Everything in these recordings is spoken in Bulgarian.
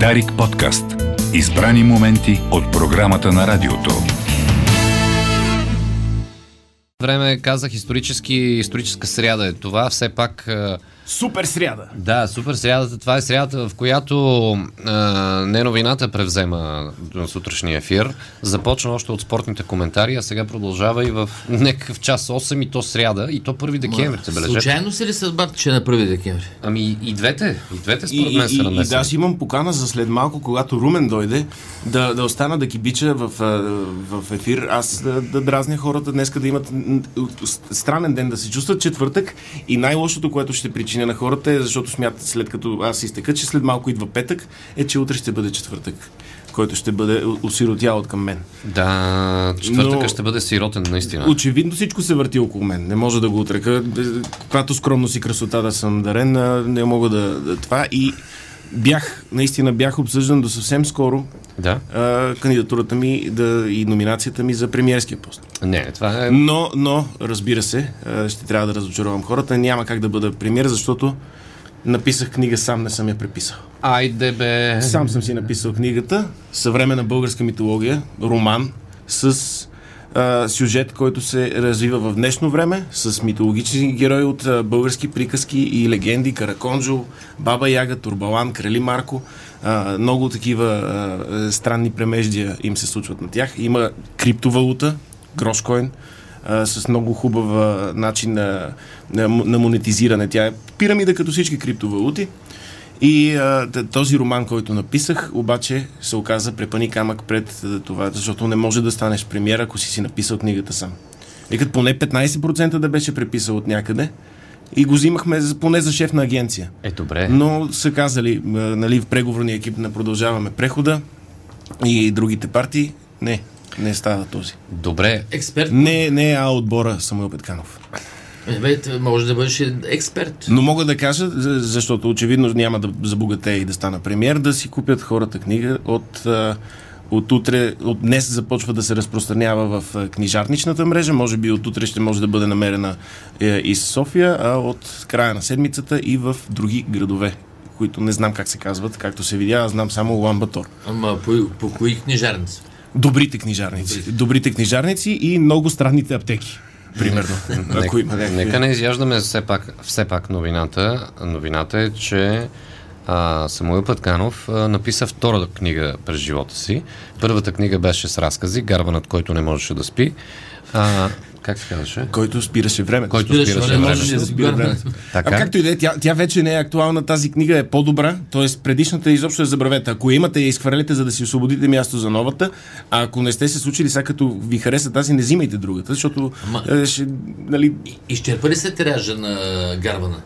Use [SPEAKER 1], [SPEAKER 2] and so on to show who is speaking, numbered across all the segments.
[SPEAKER 1] Дарик подкаст. Избрани моменти от програмата на радиото.
[SPEAKER 2] Време казах исторически, историческа сряда е това. Все пак, а,
[SPEAKER 3] Супер сряда.
[SPEAKER 2] да, супер срядата. Това е срядата, в която а, не новината превзема на сутрешния ефир. Започна още от спортните коментари, а сега продължава и в някакъв час 8 и то сряда, и то 1 декември се бележете.
[SPEAKER 4] Случайно си ли съдбата, че е на 1 декември?
[SPEAKER 2] Ами и двете, и двете
[SPEAKER 3] И,
[SPEAKER 2] според
[SPEAKER 3] и,
[SPEAKER 2] мен са
[SPEAKER 3] и, и да,
[SPEAKER 2] намесени.
[SPEAKER 3] аз имам покана за след малко, когато Румен дойде, да, да остана да кибича в, а, в ефир. Аз да, да дразня хората днес да имат м, с- странен ден да се чувстват четвъртък и най-лошото, което ще причиня на хората е, защото смятат след като аз изтека, че след малко идва петък, е, че утре ще бъде четвъртък, който ще бъде о- осиротял от към мен.
[SPEAKER 2] Да, четвъртъка
[SPEAKER 3] Но-
[SPEAKER 2] ще бъде сиротен, наистина.
[SPEAKER 3] Очевидно всичко се върти около мен. Не може да го отрека. Когато скромност и красота да съм дарен, а, не мога да, да това. И бях, наистина бях обсъждан до съвсем скоро
[SPEAKER 2] Да.
[SPEAKER 3] а, кандидатурата ми да, и номинацията ми за премиерския пост.
[SPEAKER 2] Не, това е
[SPEAKER 3] Но, но, разбира се, а, ще трябва да разочаровам хората. Няма как да бъда премиер, защото написах книга, сам не съм я преписал.
[SPEAKER 2] Айде бе.
[SPEAKER 3] Е, Сам съм си написал книгата Съвременна българска митология, роман с а, сюжет, който се развива в днешно време, с митологични герои от а, български приказки и легенди, Караконжо, Баба Яга, Турбалан, Крали Марко. А, много такива а, а, странни премеждия им се случват на тях. Има криптовалута, грошкоин, а, с много хубава начин на, на, м- на монетизиране. Тя е пирамида като всички криптовалути. И а, т- този роман, който написах, обаче се оказа препани камък пред а, това, защото не може да станеш премиер, ако си си написал книгата сам. Викат поне 15% да беше преписал от някъде и го взимахме за, поне за шеф на агенция.
[SPEAKER 2] Е, добре.
[SPEAKER 3] Но са казали, а, нали, в преговорния екип на Продължаваме прехода и другите партии, не, не става този.
[SPEAKER 2] Добре.
[SPEAKER 4] Експерт?
[SPEAKER 3] Не, не е А отбора Самуил Петканов.
[SPEAKER 4] Е, Бе, т- може да бъдеш и експерт.
[SPEAKER 3] Но мога да кажа, за- защото очевидно няма да забогате и да стана премьер, да си купят хората книга от... а, От утре, от днес започва да се разпространява в а, книжарничната мрежа. Може би от утре ще може да бъде намерена е, и с София, а от края на седмицата и в други градове, които не знам как се казват, както се видя, аз знам само Ламбатор.
[SPEAKER 4] Ама по, по кои книжарници?
[SPEAKER 3] Добрите книжарници. Добрите книжарници и много странните аптеки. Примерно. Ако има
[SPEAKER 2] нека,
[SPEAKER 3] някакви.
[SPEAKER 2] нека не изяждаме все пак, все пак новината. Новината е, че а, Самуил Пътканов а, написа втора книга през живота си. Първата книга беше с разкази, Гарванът, който не можеше да спи. А, как се казваше?
[SPEAKER 3] Който спираше времето.
[SPEAKER 2] Който
[SPEAKER 4] Спираш
[SPEAKER 2] спираше
[SPEAKER 4] време.
[SPEAKER 2] време.
[SPEAKER 4] Можеш
[SPEAKER 3] Можеше да спира времето.
[SPEAKER 2] Така.
[SPEAKER 3] А както и да е, тя, тя вече не е актуална, тази книга е по-добра, т.е. предишната изобщо я забравете. Ако я имате, я изхвърлете, за да си освободите място за новата, а ако не сте се случили, сега като ви хареса тази, не взимайте другата, защото
[SPEAKER 4] Ама-
[SPEAKER 3] е, ще, нали,
[SPEAKER 4] Изчерпа ли се тиража на Гарвана?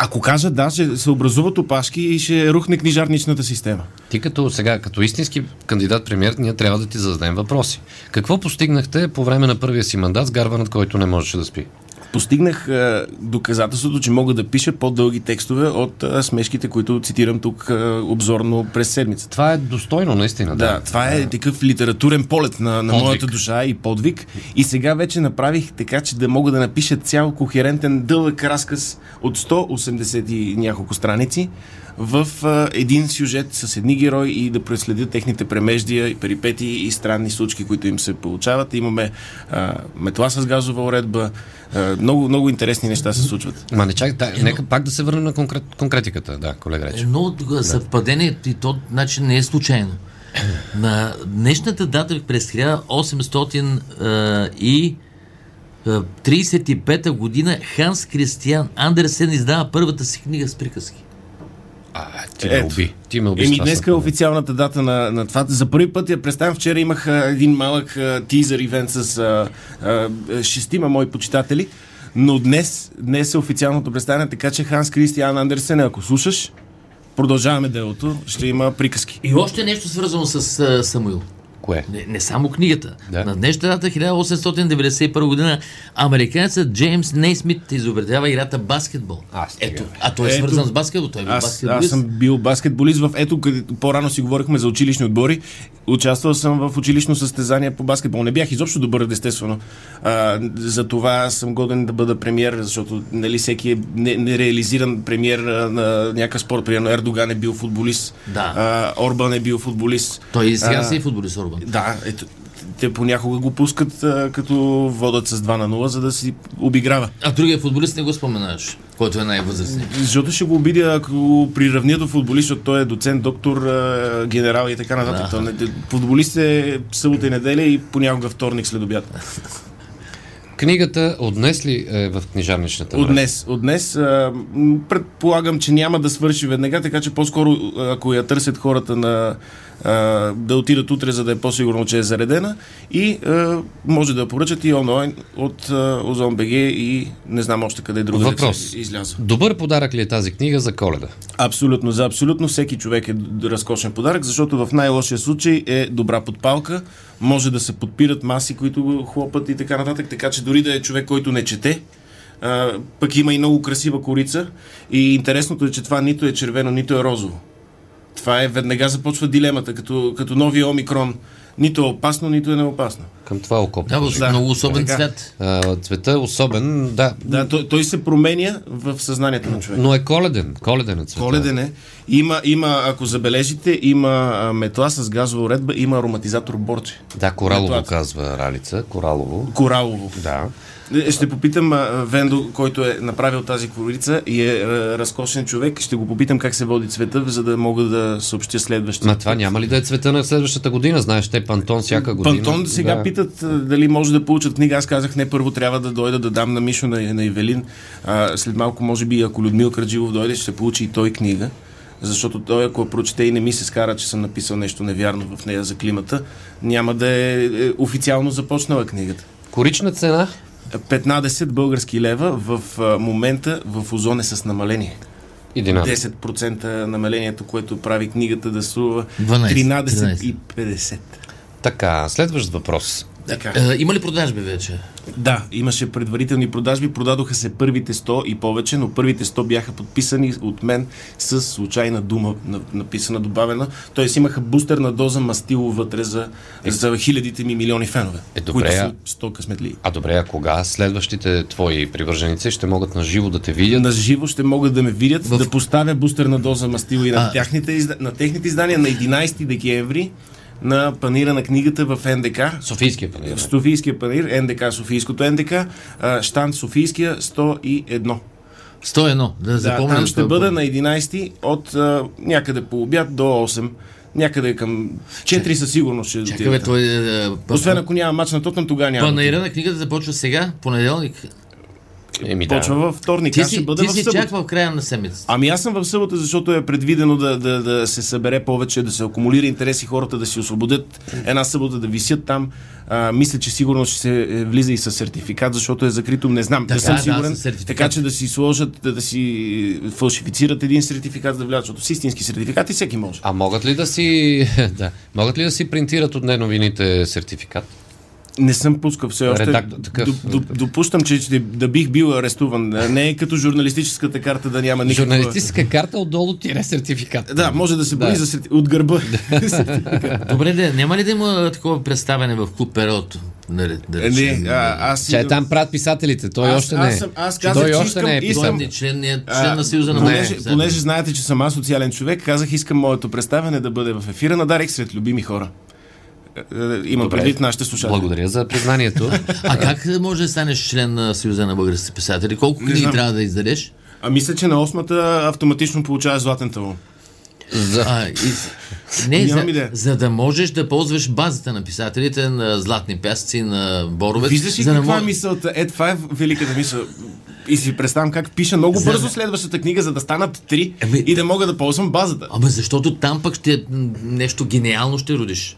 [SPEAKER 3] ако кажа да, ще се образуват опашки и ще рухне книжарничната система.
[SPEAKER 2] Ти като сега, като истински кандидат премьер, ние трябва да ти зададем въпроси. Какво постигнахте по време на първия си мандат с Гарванът, който не можеше да спи?
[SPEAKER 3] Постигнах а, доказателството, че мога да пиша по-дълги текстове от а, смешките, които цитирам тук а, обзорно през седмицата.
[SPEAKER 2] Това е достойно, наистина. Да.
[SPEAKER 3] Да, това е такъв литературен полет на, на
[SPEAKER 2] Подвиг.
[SPEAKER 3] моята душа и подвиг. И сега вече направих така, че да мога да напиша цял кохерентен дълъг разказ от 180 и няколко страници в а, един сюжет с едни герои и да преследя техните премеждия и перипети и странни случки, които им се получават. Имаме а, метла с газова уредба. А, много, много интересни неща се случват.
[SPEAKER 2] Ма не чак, да, нека пак да се върнем на конкрет, конкретиката, да, колега
[SPEAKER 4] Е,
[SPEAKER 2] Речев.
[SPEAKER 4] Но да. съвпадението и то значи не е случайно. На днешната дата през 1835 година Ханс Кристиан Андерсен издава първата си книга с приказки.
[SPEAKER 2] А, ти ме
[SPEAKER 3] Ето.
[SPEAKER 2] уби. Ти ме уби.
[SPEAKER 3] Еми, днес е официалната дата на, на това. За първи път я представям. Вчера имах а, един малък а, тизър ивент с а, а, шестима мои почитатели. Но днес, днес е официалното представяне, така че Ханс Кристиан Андерсен, ако слушаш, продължаваме делото, ще има приказки.
[SPEAKER 4] И още нещо свързано с а, Самуил.
[SPEAKER 2] Кое?
[SPEAKER 4] Не, не само книгата.
[SPEAKER 2] Да.
[SPEAKER 4] Да. На днешна дата 1891 година американецът Джеймс Нейсмит изобретява играта баскетбол.
[SPEAKER 2] А, стига,
[SPEAKER 4] Ето,
[SPEAKER 2] бе.
[SPEAKER 4] а той е
[SPEAKER 3] Ето.
[SPEAKER 4] свързан с баскетбол. Той е бил
[SPEAKER 3] Аз, аз
[SPEAKER 4] баскетболист.
[SPEAKER 3] съм бил баскетболист в... Ето, къде, по-рано си говорихме за училищни отбори. Участвал съм в училищно състезание по баскетбол. Не бях изобщо добър, естествено. А, за това съм годен да бъда премьер, защото нали, всеки е не- нереализиран премьер а, на някакъв спорт. Примерно Ердоган е бил футболист,
[SPEAKER 4] Да.
[SPEAKER 3] а, Орбан е бил футболист.
[SPEAKER 4] Той и сега
[SPEAKER 3] А,
[SPEAKER 4] си е футболист Орбан.
[SPEAKER 3] Да, ето, те понякога го пускат а, като водят с 2 на 0, за да си обиграва.
[SPEAKER 4] А другия футболист не го споменаваш, който е най-възрастен.
[SPEAKER 3] Защото ще го обидя, ако го приравня до футболист, защото той е доцент, доктор, а, генерал и така нататък.
[SPEAKER 4] Да.
[SPEAKER 3] Той не- Футболист е събота и неделя и понякога вторник след обяд.
[SPEAKER 2] Книгата отнес ли е в книжарничната
[SPEAKER 3] От
[SPEAKER 2] мрежа?
[SPEAKER 3] днес. От днес а, м, предполагам, че няма да свърши веднага, така че по-скоро, ако я търсят хората на а, да отидат утре, за да е по-сигурно, че е заредена и а, може да я поръчат и онлайн от а, Озон БГ и не знам още къде друга
[SPEAKER 2] Въпрос.
[SPEAKER 3] изляза.
[SPEAKER 2] Добър подарък ли е тази книга за коледа?
[SPEAKER 3] Абсолютно, за абсолютно всеки човек е д- разкошен подарък, защото в най-лошия случай е добра подпалка, може да се подпират маси, които го хлопат и така нататък, така че дори да е човек, който не чете, а, пък има и много красива корица и интересното е, че това нито е червено, нито е розово. Това е, веднага започва дилемата, като, като новия омикрон. Нито е опасно, нито е неопасно.
[SPEAKER 2] Към това око.
[SPEAKER 4] Да, бе,
[SPEAKER 3] Да.
[SPEAKER 4] много особен
[SPEAKER 3] Така.
[SPEAKER 4] цвет.
[SPEAKER 2] А, цвета е особен, да,
[SPEAKER 3] Да, той, той се променя в съзнанието на човека.
[SPEAKER 2] но е коледен. Коледен е цвета.
[SPEAKER 3] Коледен е. Има, има, ако забележите, има а, метла с газова уредба, има ароматизатор борче.
[SPEAKER 2] Да, коралово
[SPEAKER 3] Метлата.
[SPEAKER 2] казва Ралица. Коралово.
[SPEAKER 3] Коралово.
[SPEAKER 2] Да.
[SPEAKER 3] Е, Ще попитам а, Вендо, който е направил тази корица и е а, разкошен човек, ще го попитам как се води цвета, за да мога да съобщя следващия.
[SPEAKER 2] Ма това няма ли да е цвета на следващата година? Знаеш, те пантон всяка година.
[SPEAKER 3] Пантон сега
[SPEAKER 2] да.
[SPEAKER 3] питат а, дали може да получат книга. Аз казах не, първо трябва да дойда да дам на Мишо на, на Евелин. А, след малко, може би, ако Людмил Краджилов дойде, ще получи и той книга. Защото той, ако я прочете и не ми се скара, че съм написал нещо невярно в нея за климата, няма да е е, официално започнала книгата.
[SPEAKER 2] Корична цена?
[SPEAKER 3] 15 български лева в а, момента в Озон е с намаление.
[SPEAKER 2] 11.
[SPEAKER 3] 10% намалението, което прави книгата да струва
[SPEAKER 4] 12,
[SPEAKER 3] 13,50.
[SPEAKER 2] Така, следващ въпрос.
[SPEAKER 3] Така.
[SPEAKER 4] Е, има ли продажби вече?
[SPEAKER 3] Да, имаше предварителни продажби, продадоха се първите 100 и повече, но първите 100 бяха подписани от мен с случайна дума, на- написана, добавена. Тоест имаха бустерна доза мастило вътре за, за хилядите ми милиони фенове,
[SPEAKER 2] Е, добре,
[SPEAKER 3] които
[SPEAKER 2] а-
[SPEAKER 3] са 100 късметли.
[SPEAKER 2] А добре, а кога следващите твои привърженици ще могат на живо да те видят?
[SPEAKER 3] На живо ще могат да ме видят,
[SPEAKER 4] В-
[SPEAKER 3] да поставя бустерна доза мастило и на,
[SPEAKER 4] А.
[SPEAKER 3] тяхните, изда- на техните издания на 11 декември на панира на книгата в НДК.
[SPEAKER 2] Софийския панер.
[SPEAKER 3] В Софийския панир, НДК, Софийското НДК, а, штанд Софийския 101.
[SPEAKER 4] 101, да
[SPEAKER 3] Да,
[SPEAKER 4] запомня.
[SPEAKER 3] там ще бъда на 11 от а, някъде по обяд до 8. Някъде към 4 със сигурност ще
[SPEAKER 4] Чакай, бе,
[SPEAKER 3] дотида.
[SPEAKER 4] той е... е,
[SPEAKER 3] Освен ако няма мач на Тотнам, тогава няма. да
[SPEAKER 4] Панаира на книгата започва сега, понеделник.
[SPEAKER 2] Еми
[SPEAKER 3] отида. Почва
[SPEAKER 2] да.
[SPEAKER 3] във вторник,
[SPEAKER 4] Ти
[SPEAKER 3] аз ще
[SPEAKER 4] си,
[SPEAKER 3] бъда
[SPEAKER 4] ти
[SPEAKER 3] в
[SPEAKER 4] си
[SPEAKER 3] събота.
[SPEAKER 4] чак в края на седмицата.
[SPEAKER 3] Ами аз съм в събота, защото е предвидено да, да, да се събере повече, да се акумулира интерес и хората да си освободят една събота, да висят там. А, мисля, че сигурно ще се е, влиза и с сертификат, защото е закрито, не знам,
[SPEAKER 4] Така,
[SPEAKER 3] не съм
[SPEAKER 4] да,
[SPEAKER 3] сигурен.
[SPEAKER 4] със сертификат.
[SPEAKER 3] така че да си сложат, да, да си фалшифицират един сертификат, да влязат, защото с истински сертификат и всеки може.
[SPEAKER 2] А могат ли да си, да, могат ли да си принтират от новините сертификат?
[SPEAKER 3] Не съм пускал все още.
[SPEAKER 2] Редактор, такъв.
[SPEAKER 3] Доп- доп- допущам, че ще, да бих бил арестуван. Не е като журналистическата карта да няма никаква...
[SPEAKER 2] Журналистическа карта отдолу тире сертификат.
[SPEAKER 3] Да, може да се бори за серти... от гърба.
[SPEAKER 4] Добре, де, няма ли да има такова представяне в клуб период? Нали, да речем?
[SPEAKER 3] Е, не, а, аз
[SPEAKER 2] Че е
[SPEAKER 3] идвам-
[SPEAKER 2] там правят писателите, той
[SPEAKER 3] Аз-
[SPEAKER 2] още
[SPEAKER 3] аз
[SPEAKER 2] не е.
[SPEAKER 3] съм- аз казах,
[SPEAKER 2] той
[SPEAKER 3] че
[SPEAKER 2] още
[SPEAKER 3] искам-
[SPEAKER 2] не е
[SPEAKER 4] Той
[SPEAKER 2] писал.
[SPEAKER 3] искам-
[SPEAKER 4] не е член, не е
[SPEAKER 3] А,
[SPEAKER 4] член на Съюза на
[SPEAKER 3] понеже,
[SPEAKER 4] България.
[SPEAKER 3] понеже знаете, че съм аз социален човек, казах, искам моето представяне да бъде в ефира на Дарик сред любими хора. Е, е, Имам
[SPEAKER 2] Добре.
[SPEAKER 3] предвид нашите слушатели.
[SPEAKER 2] Благодаря за признанието.
[SPEAKER 4] А как може да станеш член на Съюза на българските писатели? Колко книги
[SPEAKER 3] знам.
[SPEAKER 4] трябва да издадеш?
[SPEAKER 3] А мисля, че на осмата автоматично получаваш златен талон.
[SPEAKER 2] за...
[SPEAKER 4] А, и... с- Не,
[SPEAKER 3] Нямам
[SPEAKER 4] за,
[SPEAKER 3] идея.
[SPEAKER 4] за да можеш да ползваш базата на писателите, на Златни пясъци, на Боровец.
[SPEAKER 3] Виждаш ли
[SPEAKER 4] за да
[SPEAKER 3] каква е
[SPEAKER 4] мож-
[SPEAKER 3] мисълта? Е, това е великата мисъл. И си представям как пиша много
[SPEAKER 4] За-
[SPEAKER 3] бързо следващата книга, за да станат три
[SPEAKER 4] Ами-
[SPEAKER 3] и да мога да ползвам базата.
[SPEAKER 4] Ама защото там пък ще м, нещо гениално ще родиш.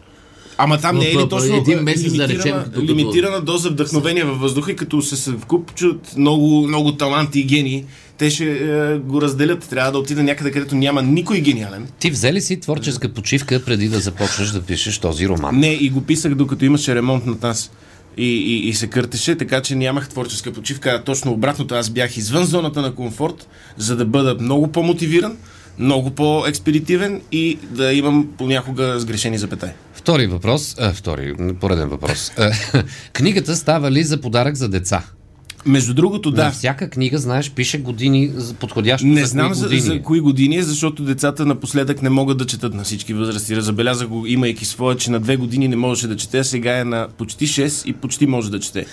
[SPEAKER 3] Ама там
[SPEAKER 4] Но
[SPEAKER 3] не е
[SPEAKER 4] това-
[SPEAKER 3] ли точно
[SPEAKER 4] един месец, да
[SPEAKER 3] лимитирана,
[SPEAKER 4] речем, докато-
[SPEAKER 3] лимитирана доза вдъхновение във въздуха и като се съвкупчат много, много таланти и гении, те ще е, го разделят. Трябва да отида някъде, където няма никой гениален.
[SPEAKER 2] Ти взе ли си творческа почивка преди да започнеш да пишеш този роман?
[SPEAKER 3] Не, и го писах докато имаше ремонт над нас. И, и, и се къртеше, така че нямах творческа почивка. а Точно обратното, аз бях извън зоната на комфорт, за да бъда много по-мотивиран, много по-експедитивен и да имам понякога сгрешени запетай.
[SPEAKER 2] Втори въпрос, а, втори, пореден въпрос. А, Книгата става ли за подарък за деца?
[SPEAKER 3] Между другото,
[SPEAKER 2] Да.
[SPEAKER 3] да.
[SPEAKER 2] На всяка книга, знаеш, пише години, за- подходящо
[SPEAKER 3] Не
[SPEAKER 2] за
[SPEAKER 3] знам
[SPEAKER 2] кои
[SPEAKER 3] за,
[SPEAKER 2] години.
[SPEAKER 3] за кои години, е, защото децата напоследък не могат да четат на всички възрасти. Забелязах го, имайки своя, че на две години не можеше да чете, а сега е на почти 6 и почти може да чете.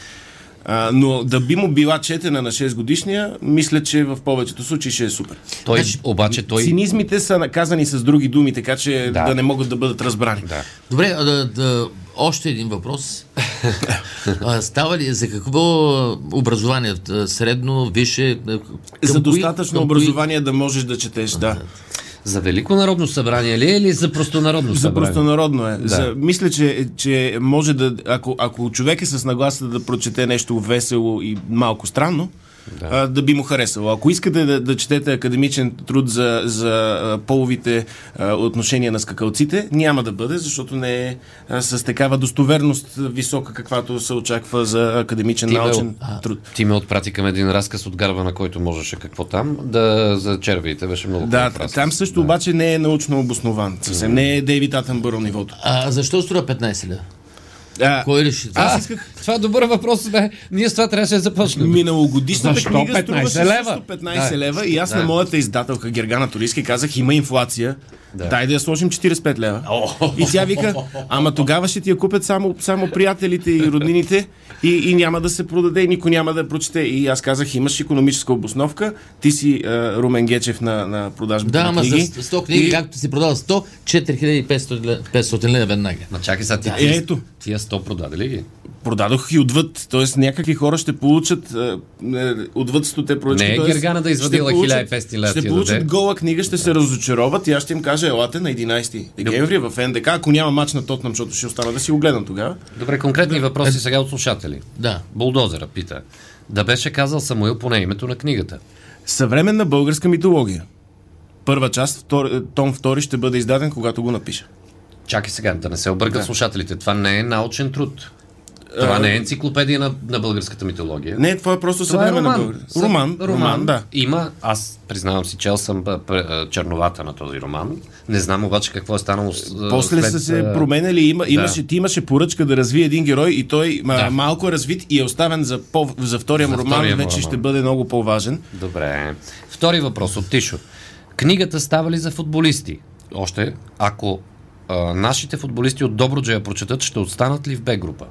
[SPEAKER 3] А, но да би му била четена на 6 годишния, мисля, че в повечето случаи ще е супер.
[SPEAKER 2] Той,
[SPEAKER 4] Значи,
[SPEAKER 2] обаче, той...
[SPEAKER 3] Цинизмите са наказани с други думи, така че да,
[SPEAKER 2] Да.
[SPEAKER 3] да не могат да бъдат разбрани.
[SPEAKER 2] Да.
[SPEAKER 4] Добре, а, да, да, още един въпрос. а, става ли за какво образование? А, Средно, висше? а, към
[SPEAKER 3] За
[SPEAKER 4] кои-
[SPEAKER 3] достатъчно
[SPEAKER 4] към кои-
[SPEAKER 3] образование да можеш да четеш, да.
[SPEAKER 2] За Велико народно събрание ли е или за просто народно
[SPEAKER 3] За
[SPEAKER 2] събрание?
[SPEAKER 3] простонародно е. Да. За, мисля, че, че може да. Ако, ако човек е с нагласа да прочете нещо весело и малко странно, да, а, да би му харесало. Ако искате да, да четете академичен труд за, за а, половите а, отношения на скакалците, няма да бъде, защото не е а, с такава достоверност а, висока, каквато се очаква за академичен
[SPEAKER 2] Ти ме-
[SPEAKER 3] научен
[SPEAKER 2] а,
[SPEAKER 3] труд.
[SPEAKER 2] Ти ме отпрати към един разказ от гарба, на който можеше какво там, да, за червиите беше много
[SPEAKER 3] Да,
[SPEAKER 2] хубав разказ.
[SPEAKER 3] там също да. обаче не е научно обоснован. Съвсем не е Дейвид Атенбъро нивото.
[SPEAKER 4] А защо струва 15 ля?
[SPEAKER 3] А,
[SPEAKER 4] Кой реши това?
[SPEAKER 2] А, това е добър въпрос, не. Ние с това трябваше да започнем.
[SPEAKER 3] е Миналогодишната
[SPEAKER 2] Защо
[SPEAKER 3] книга
[SPEAKER 2] 15
[SPEAKER 3] струваше
[SPEAKER 2] лева?
[SPEAKER 3] също 15
[SPEAKER 2] Да.
[SPEAKER 3] лева и аз на моята издателка Гергана Турийски казах, има инфлация, дай да я сложим 45 лева. И тя вика, ама тогава ще ти я купят само, само приятелите и роднините и, и няма да се продаде и никой няма да я прочете. И аз казах, имаш економическа обосновка, ти си а, Румен Гечев на, на продажбата
[SPEAKER 4] Да,
[SPEAKER 3] на
[SPEAKER 4] ама за
[SPEAKER 3] книги.
[SPEAKER 4] 100 книги,
[SPEAKER 3] И-
[SPEAKER 4] както си продал 100, 4500 лева- 500 лева веднага.
[SPEAKER 2] Ма чакай сега, ти,
[SPEAKER 3] Е,
[SPEAKER 2] ти,
[SPEAKER 3] ето.
[SPEAKER 2] тия 100 продаде ли ги?
[SPEAKER 3] Продадох и отвъд, т.е. някакви хора ще получат а, е, отвъд 100 поръчки.
[SPEAKER 2] Не е
[SPEAKER 3] т.е.
[SPEAKER 2] Гергана да
[SPEAKER 3] ще
[SPEAKER 2] извадила
[SPEAKER 3] получат-
[SPEAKER 2] 1500 лева ти
[SPEAKER 3] Ще
[SPEAKER 2] я
[SPEAKER 3] получат
[SPEAKER 2] даде.
[SPEAKER 3] гола книга, ще се разочароват и аз ще им кажа, елате на 11 декември в НДК, ако няма матч на Тотнам, защото ще остана да си го гледам тогава.
[SPEAKER 2] Добре, конкретни
[SPEAKER 3] Е-
[SPEAKER 2] въпроси сега от слушатели.
[SPEAKER 4] Да.
[SPEAKER 2] Булдозера пита. Да беше казал Самуил поне името на книгата.
[SPEAKER 3] Съвременна българска митология. Първа част, втор, е, том втори ще бъде издаден, когато го напиша.
[SPEAKER 2] Чакай сега, да не се объркат слушателите. Това не е научен труд. Това не е енциклопедия на, на българската митология.
[SPEAKER 3] Не, това е просто
[SPEAKER 2] Това е
[SPEAKER 3] съвременна
[SPEAKER 2] роман.
[SPEAKER 3] българска. Роман,
[SPEAKER 2] Съ-
[SPEAKER 3] роман, роман, да.
[SPEAKER 2] Има, аз признавам си, чел съм а, пр- а, черновата на този роман. Не знам обаче какво е станало с... а,
[SPEAKER 3] После
[SPEAKER 2] след,
[SPEAKER 3] са се
[SPEAKER 2] а,
[SPEAKER 3] променяли. Има, имаше, ти имаше поръчка да развие един герой и той да. малко е развит и е оставен за, по, за втория
[SPEAKER 2] За
[SPEAKER 3] му роман,
[SPEAKER 2] втория му
[SPEAKER 3] вече
[SPEAKER 2] роман.
[SPEAKER 3] ще бъде много по-важен.
[SPEAKER 2] Добре. Втори въпрос от Тишо. Книгата става ли за футболисти? Още, ако а, нашите футболисти от Добруджа я прочетат, ще останат ли в Б група?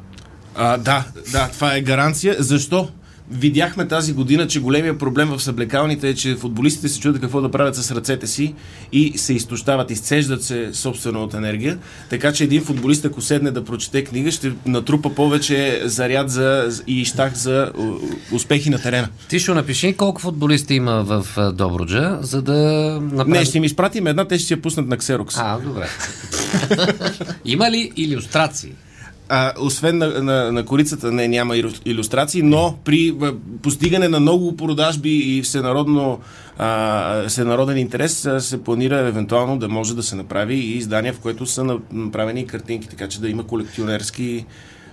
[SPEAKER 3] А, да, да, това е гаранция. Защо? Видяхме тази година, че големия проблем в съблекалните е, че футболистите се чудят какво да правят с ръцете си и се изтощават, изцеждат се собствено от енергия. Така че един футболист, ако седне да прочете книга, ще натрупа повече заряд за, и щах за у- у- успехи на терена.
[SPEAKER 2] Тишо, напиши колко футболисти има в а, Добруджа, за да направим...
[SPEAKER 3] Не, ще ми изпратим една, те ще си я пуснат на ксерокс.
[SPEAKER 2] А, добре. има ли иллюстрации?
[SPEAKER 3] А, освен на, на, на корицата, не, няма иру- иллюстрации, но при а, постигане на много продажби и всенародно, а, всенароден интерес а, се планира евентуално да може да се направи и издание, в което са на- направени картинки, така че да има колекционерски.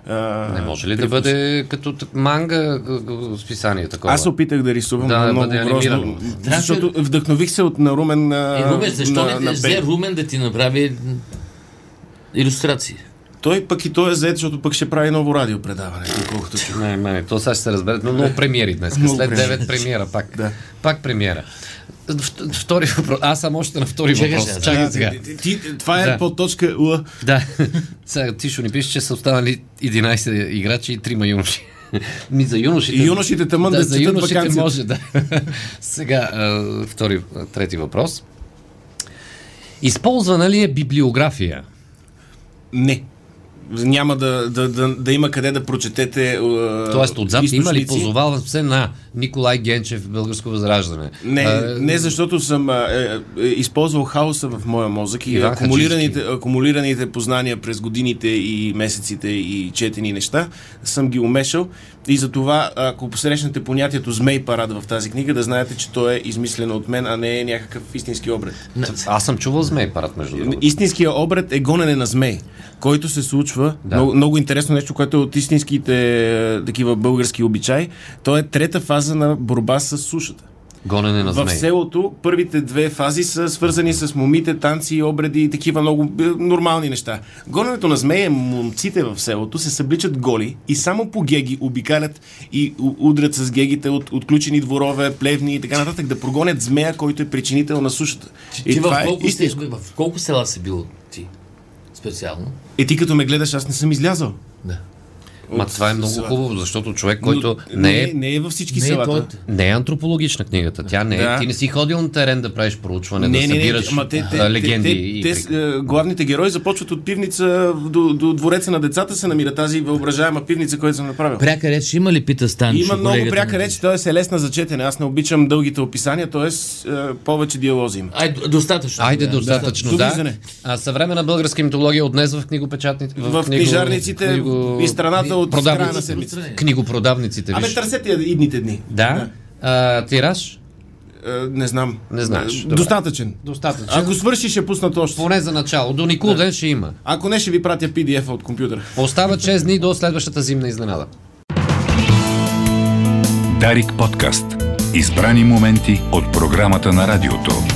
[SPEAKER 3] А,
[SPEAKER 2] Не може ли да
[SPEAKER 3] привкус.
[SPEAKER 2] бъде като т- манга г- г- списание такова?
[SPEAKER 3] Аз се опитах да рисувам
[SPEAKER 2] Да,
[SPEAKER 3] да,
[SPEAKER 2] да
[SPEAKER 3] много
[SPEAKER 2] бъде
[SPEAKER 3] грозно,
[SPEAKER 2] анимирано.
[SPEAKER 3] защото вдъхнових се от на Румен на,
[SPEAKER 4] Е, Румен, защо
[SPEAKER 3] на,
[SPEAKER 4] не
[SPEAKER 3] на
[SPEAKER 4] взе
[SPEAKER 3] Бен.
[SPEAKER 4] Румен да ти направи м, иллюстрации?
[SPEAKER 3] Той пък и той е заед, защото пък ще прави ново радио предаване, колкото чух.
[SPEAKER 2] Не, не, то сега ще се разбере. Но много премиери днес.
[SPEAKER 3] Много
[SPEAKER 2] След
[SPEAKER 3] премиери.
[SPEAKER 2] 9 премиера пак.
[SPEAKER 3] Да.
[SPEAKER 2] Пак премиера. В- Втори въпрос. Аз съм още на втори
[SPEAKER 4] Чакай
[SPEAKER 2] въпрос.
[SPEAKER 4] сега, да.
[SPEAKER 2] Чакай сега.
[SPEAKER 3] Ти- ти- това е
[SPEAKER 2] Да.
[SPEAKER 3] по точка Л.
[SPEAKER 2] Да. Сега Тишо ни пише, че са останали 11 играчи и 3 юноши. Ми за юношите.
[SPEAKER 3] И юношите тъмън да
[SPEAKER 2] за
[SPEAKER 3] четат
[SPEAKER 2] юношите
[SPEAKER 3] ваканцията.
[SPEAKER 2] може да. Сега а, втори, а, трети въпрос. Използвана ли е библиография?
[SPEAKER 3] Не. Няма да, да, да, да има къде да прочетете. е,
[SPEAKER 2] Тоест, отзад има ли
[SPEAKER 3] източници.
[SPEAKER 2] позовава се на Николай Генчев, Българско възраждане?
[SPEAKER 3] Не,
[SPEAKER 2] А,
[SPEAKER 3] не защото съм а, е, е, използвал хаоса в моя мозък и
[SPEAKER 2] Иван
[SPEAKER 3] акумулираните, акумулираните познания през годините и месеците и четени неща съм ги умешал и затова ако посрещнете понятието змей парад в тази книга, да знаете, че то е измислено от мен, а не е някакъв истински обред.
[SPEAKER 2] Аз съм чувал змей парад, между другото.
[SPEAKER 3] Истинския обред е гонене на змей, който се случва.
[SPEAKER 2] Да.
[SPEAKER 3] Да. Много, много интересно нещо, което е от истинските е, такива български обичаи. То е трета фаза на борба с сушата.
[SPEAKER 2] Гонене на
[SPEAKER 3] в
[SPEAKER 2] змей.
[SPEAKER 3] селото първите две фази са свързани с момите, танци, обреди и такива много е, нормални неща. Гоненето на змея момците в селото се събличат голи и само по геги обикалят и у- удрят с гегите от отключени дворове, плевни и така нататък да прогонят змея, който е причинител на сушата.
[SPEAKER 4] Ти,
[SPEAKER 3] И
[SPEAKER 4] ти
[SPEAKER 3] това
[SPEAKER 4] в,
[SPEAKER 3] е
[SPEAKER 4] колко си,
[SPEAKER 3] истинско.
[SPEAKER 4] в колко села си бил ти? Специално.
[SPEAKER 3] Е, ти като ме гледаш, аз не съм излязал.
[SPEAKER 4] Да.
[SPEAKER 2] Ма това е много
[SPEAKER 3] селата.
[SPEAKER 2] хубаво, защото човек, който
[SPEAKER 3] Но-
[SPEAKER 2] не е
[SPEAKER 3] не е във всички
[SPEAKER 4] Не е
[SPEAKER 3] селата.
[SPEAKER 4] той.
[SPEAKER 2] Не е антропологична книгата. Тя не е.
[SPEAKER 3] Да.
[SPEAKER 2] Ти не си ходил на терен да правиш проучване, да събираш
[SPEAKER 3] ама те, те,
[SPEAKER 2] а, легенди. и
[SPEAKER 3] Те,
[SPEAKER 2] прик-
[SPEAKER 3] те, те, главните герои започват от пивница до, до двореца на децата се намира тази въображаема пивница, която съм направил.
[SPEAKER 4] Пряка реч има ли, пита Станчо?
[SPEAKER 3] Има много
[SPEAKER 4] колегата
[SPEAKER 3] пряка
[SPEAKER 4] ми?
[SPEAKER 3] реч, т.е. е лесна за четене. Аз не обичам дългите описания, т.е. е, повече диалози има.
[SPEAKER 4] Ай, д- достатъчно. е,
[SPEAKER 2] Айде,
[SPEAKER 4] Да.
[SPEAKER 2] достатъчно,
[SPEAKER 3] Да.
[SPEAKER 2] да.
[SPEAKER 3] Довиждане.
[SPEAKER 2] А съвременна българска митология от днес в книгопечатните...
[SPEAKER 3] В книжарниците и страната от края на
[SPEAKER 2] продавниците.
[SPEAKER 3] седмица.
[SPEAKER 2] Книгопродавниците,
[SPEAKER 3] Абе,
[SPEAKER 2] виж.
[SPEAKER 3] търсете я идните дни.
[SPEAKER 2] Да. А, тираж?
[SPEAKER 3] Е, Не знам.
[SPEAKER 2] Не знаеш,
[SPEAKER 3] Е,
[SPEAKER 2] добре.
[SPEAKER 3] Достатъчен.
[SPEAKER 2] Достатъчно.
[SPEAKER 3] Ако свърши, ще пуснат още.
[SPEAKER 2] Поне за начало. До Никол ден ще има.
[SPEAKER 3] Ако не, ще ви пратя PDF-а от компютъра.
[SPEAKER 2] Остава 6 дни до следващата зимна изненада.
[SPEAKER 1] Дарик подкаст. Избрани моменти от програмата на радиото.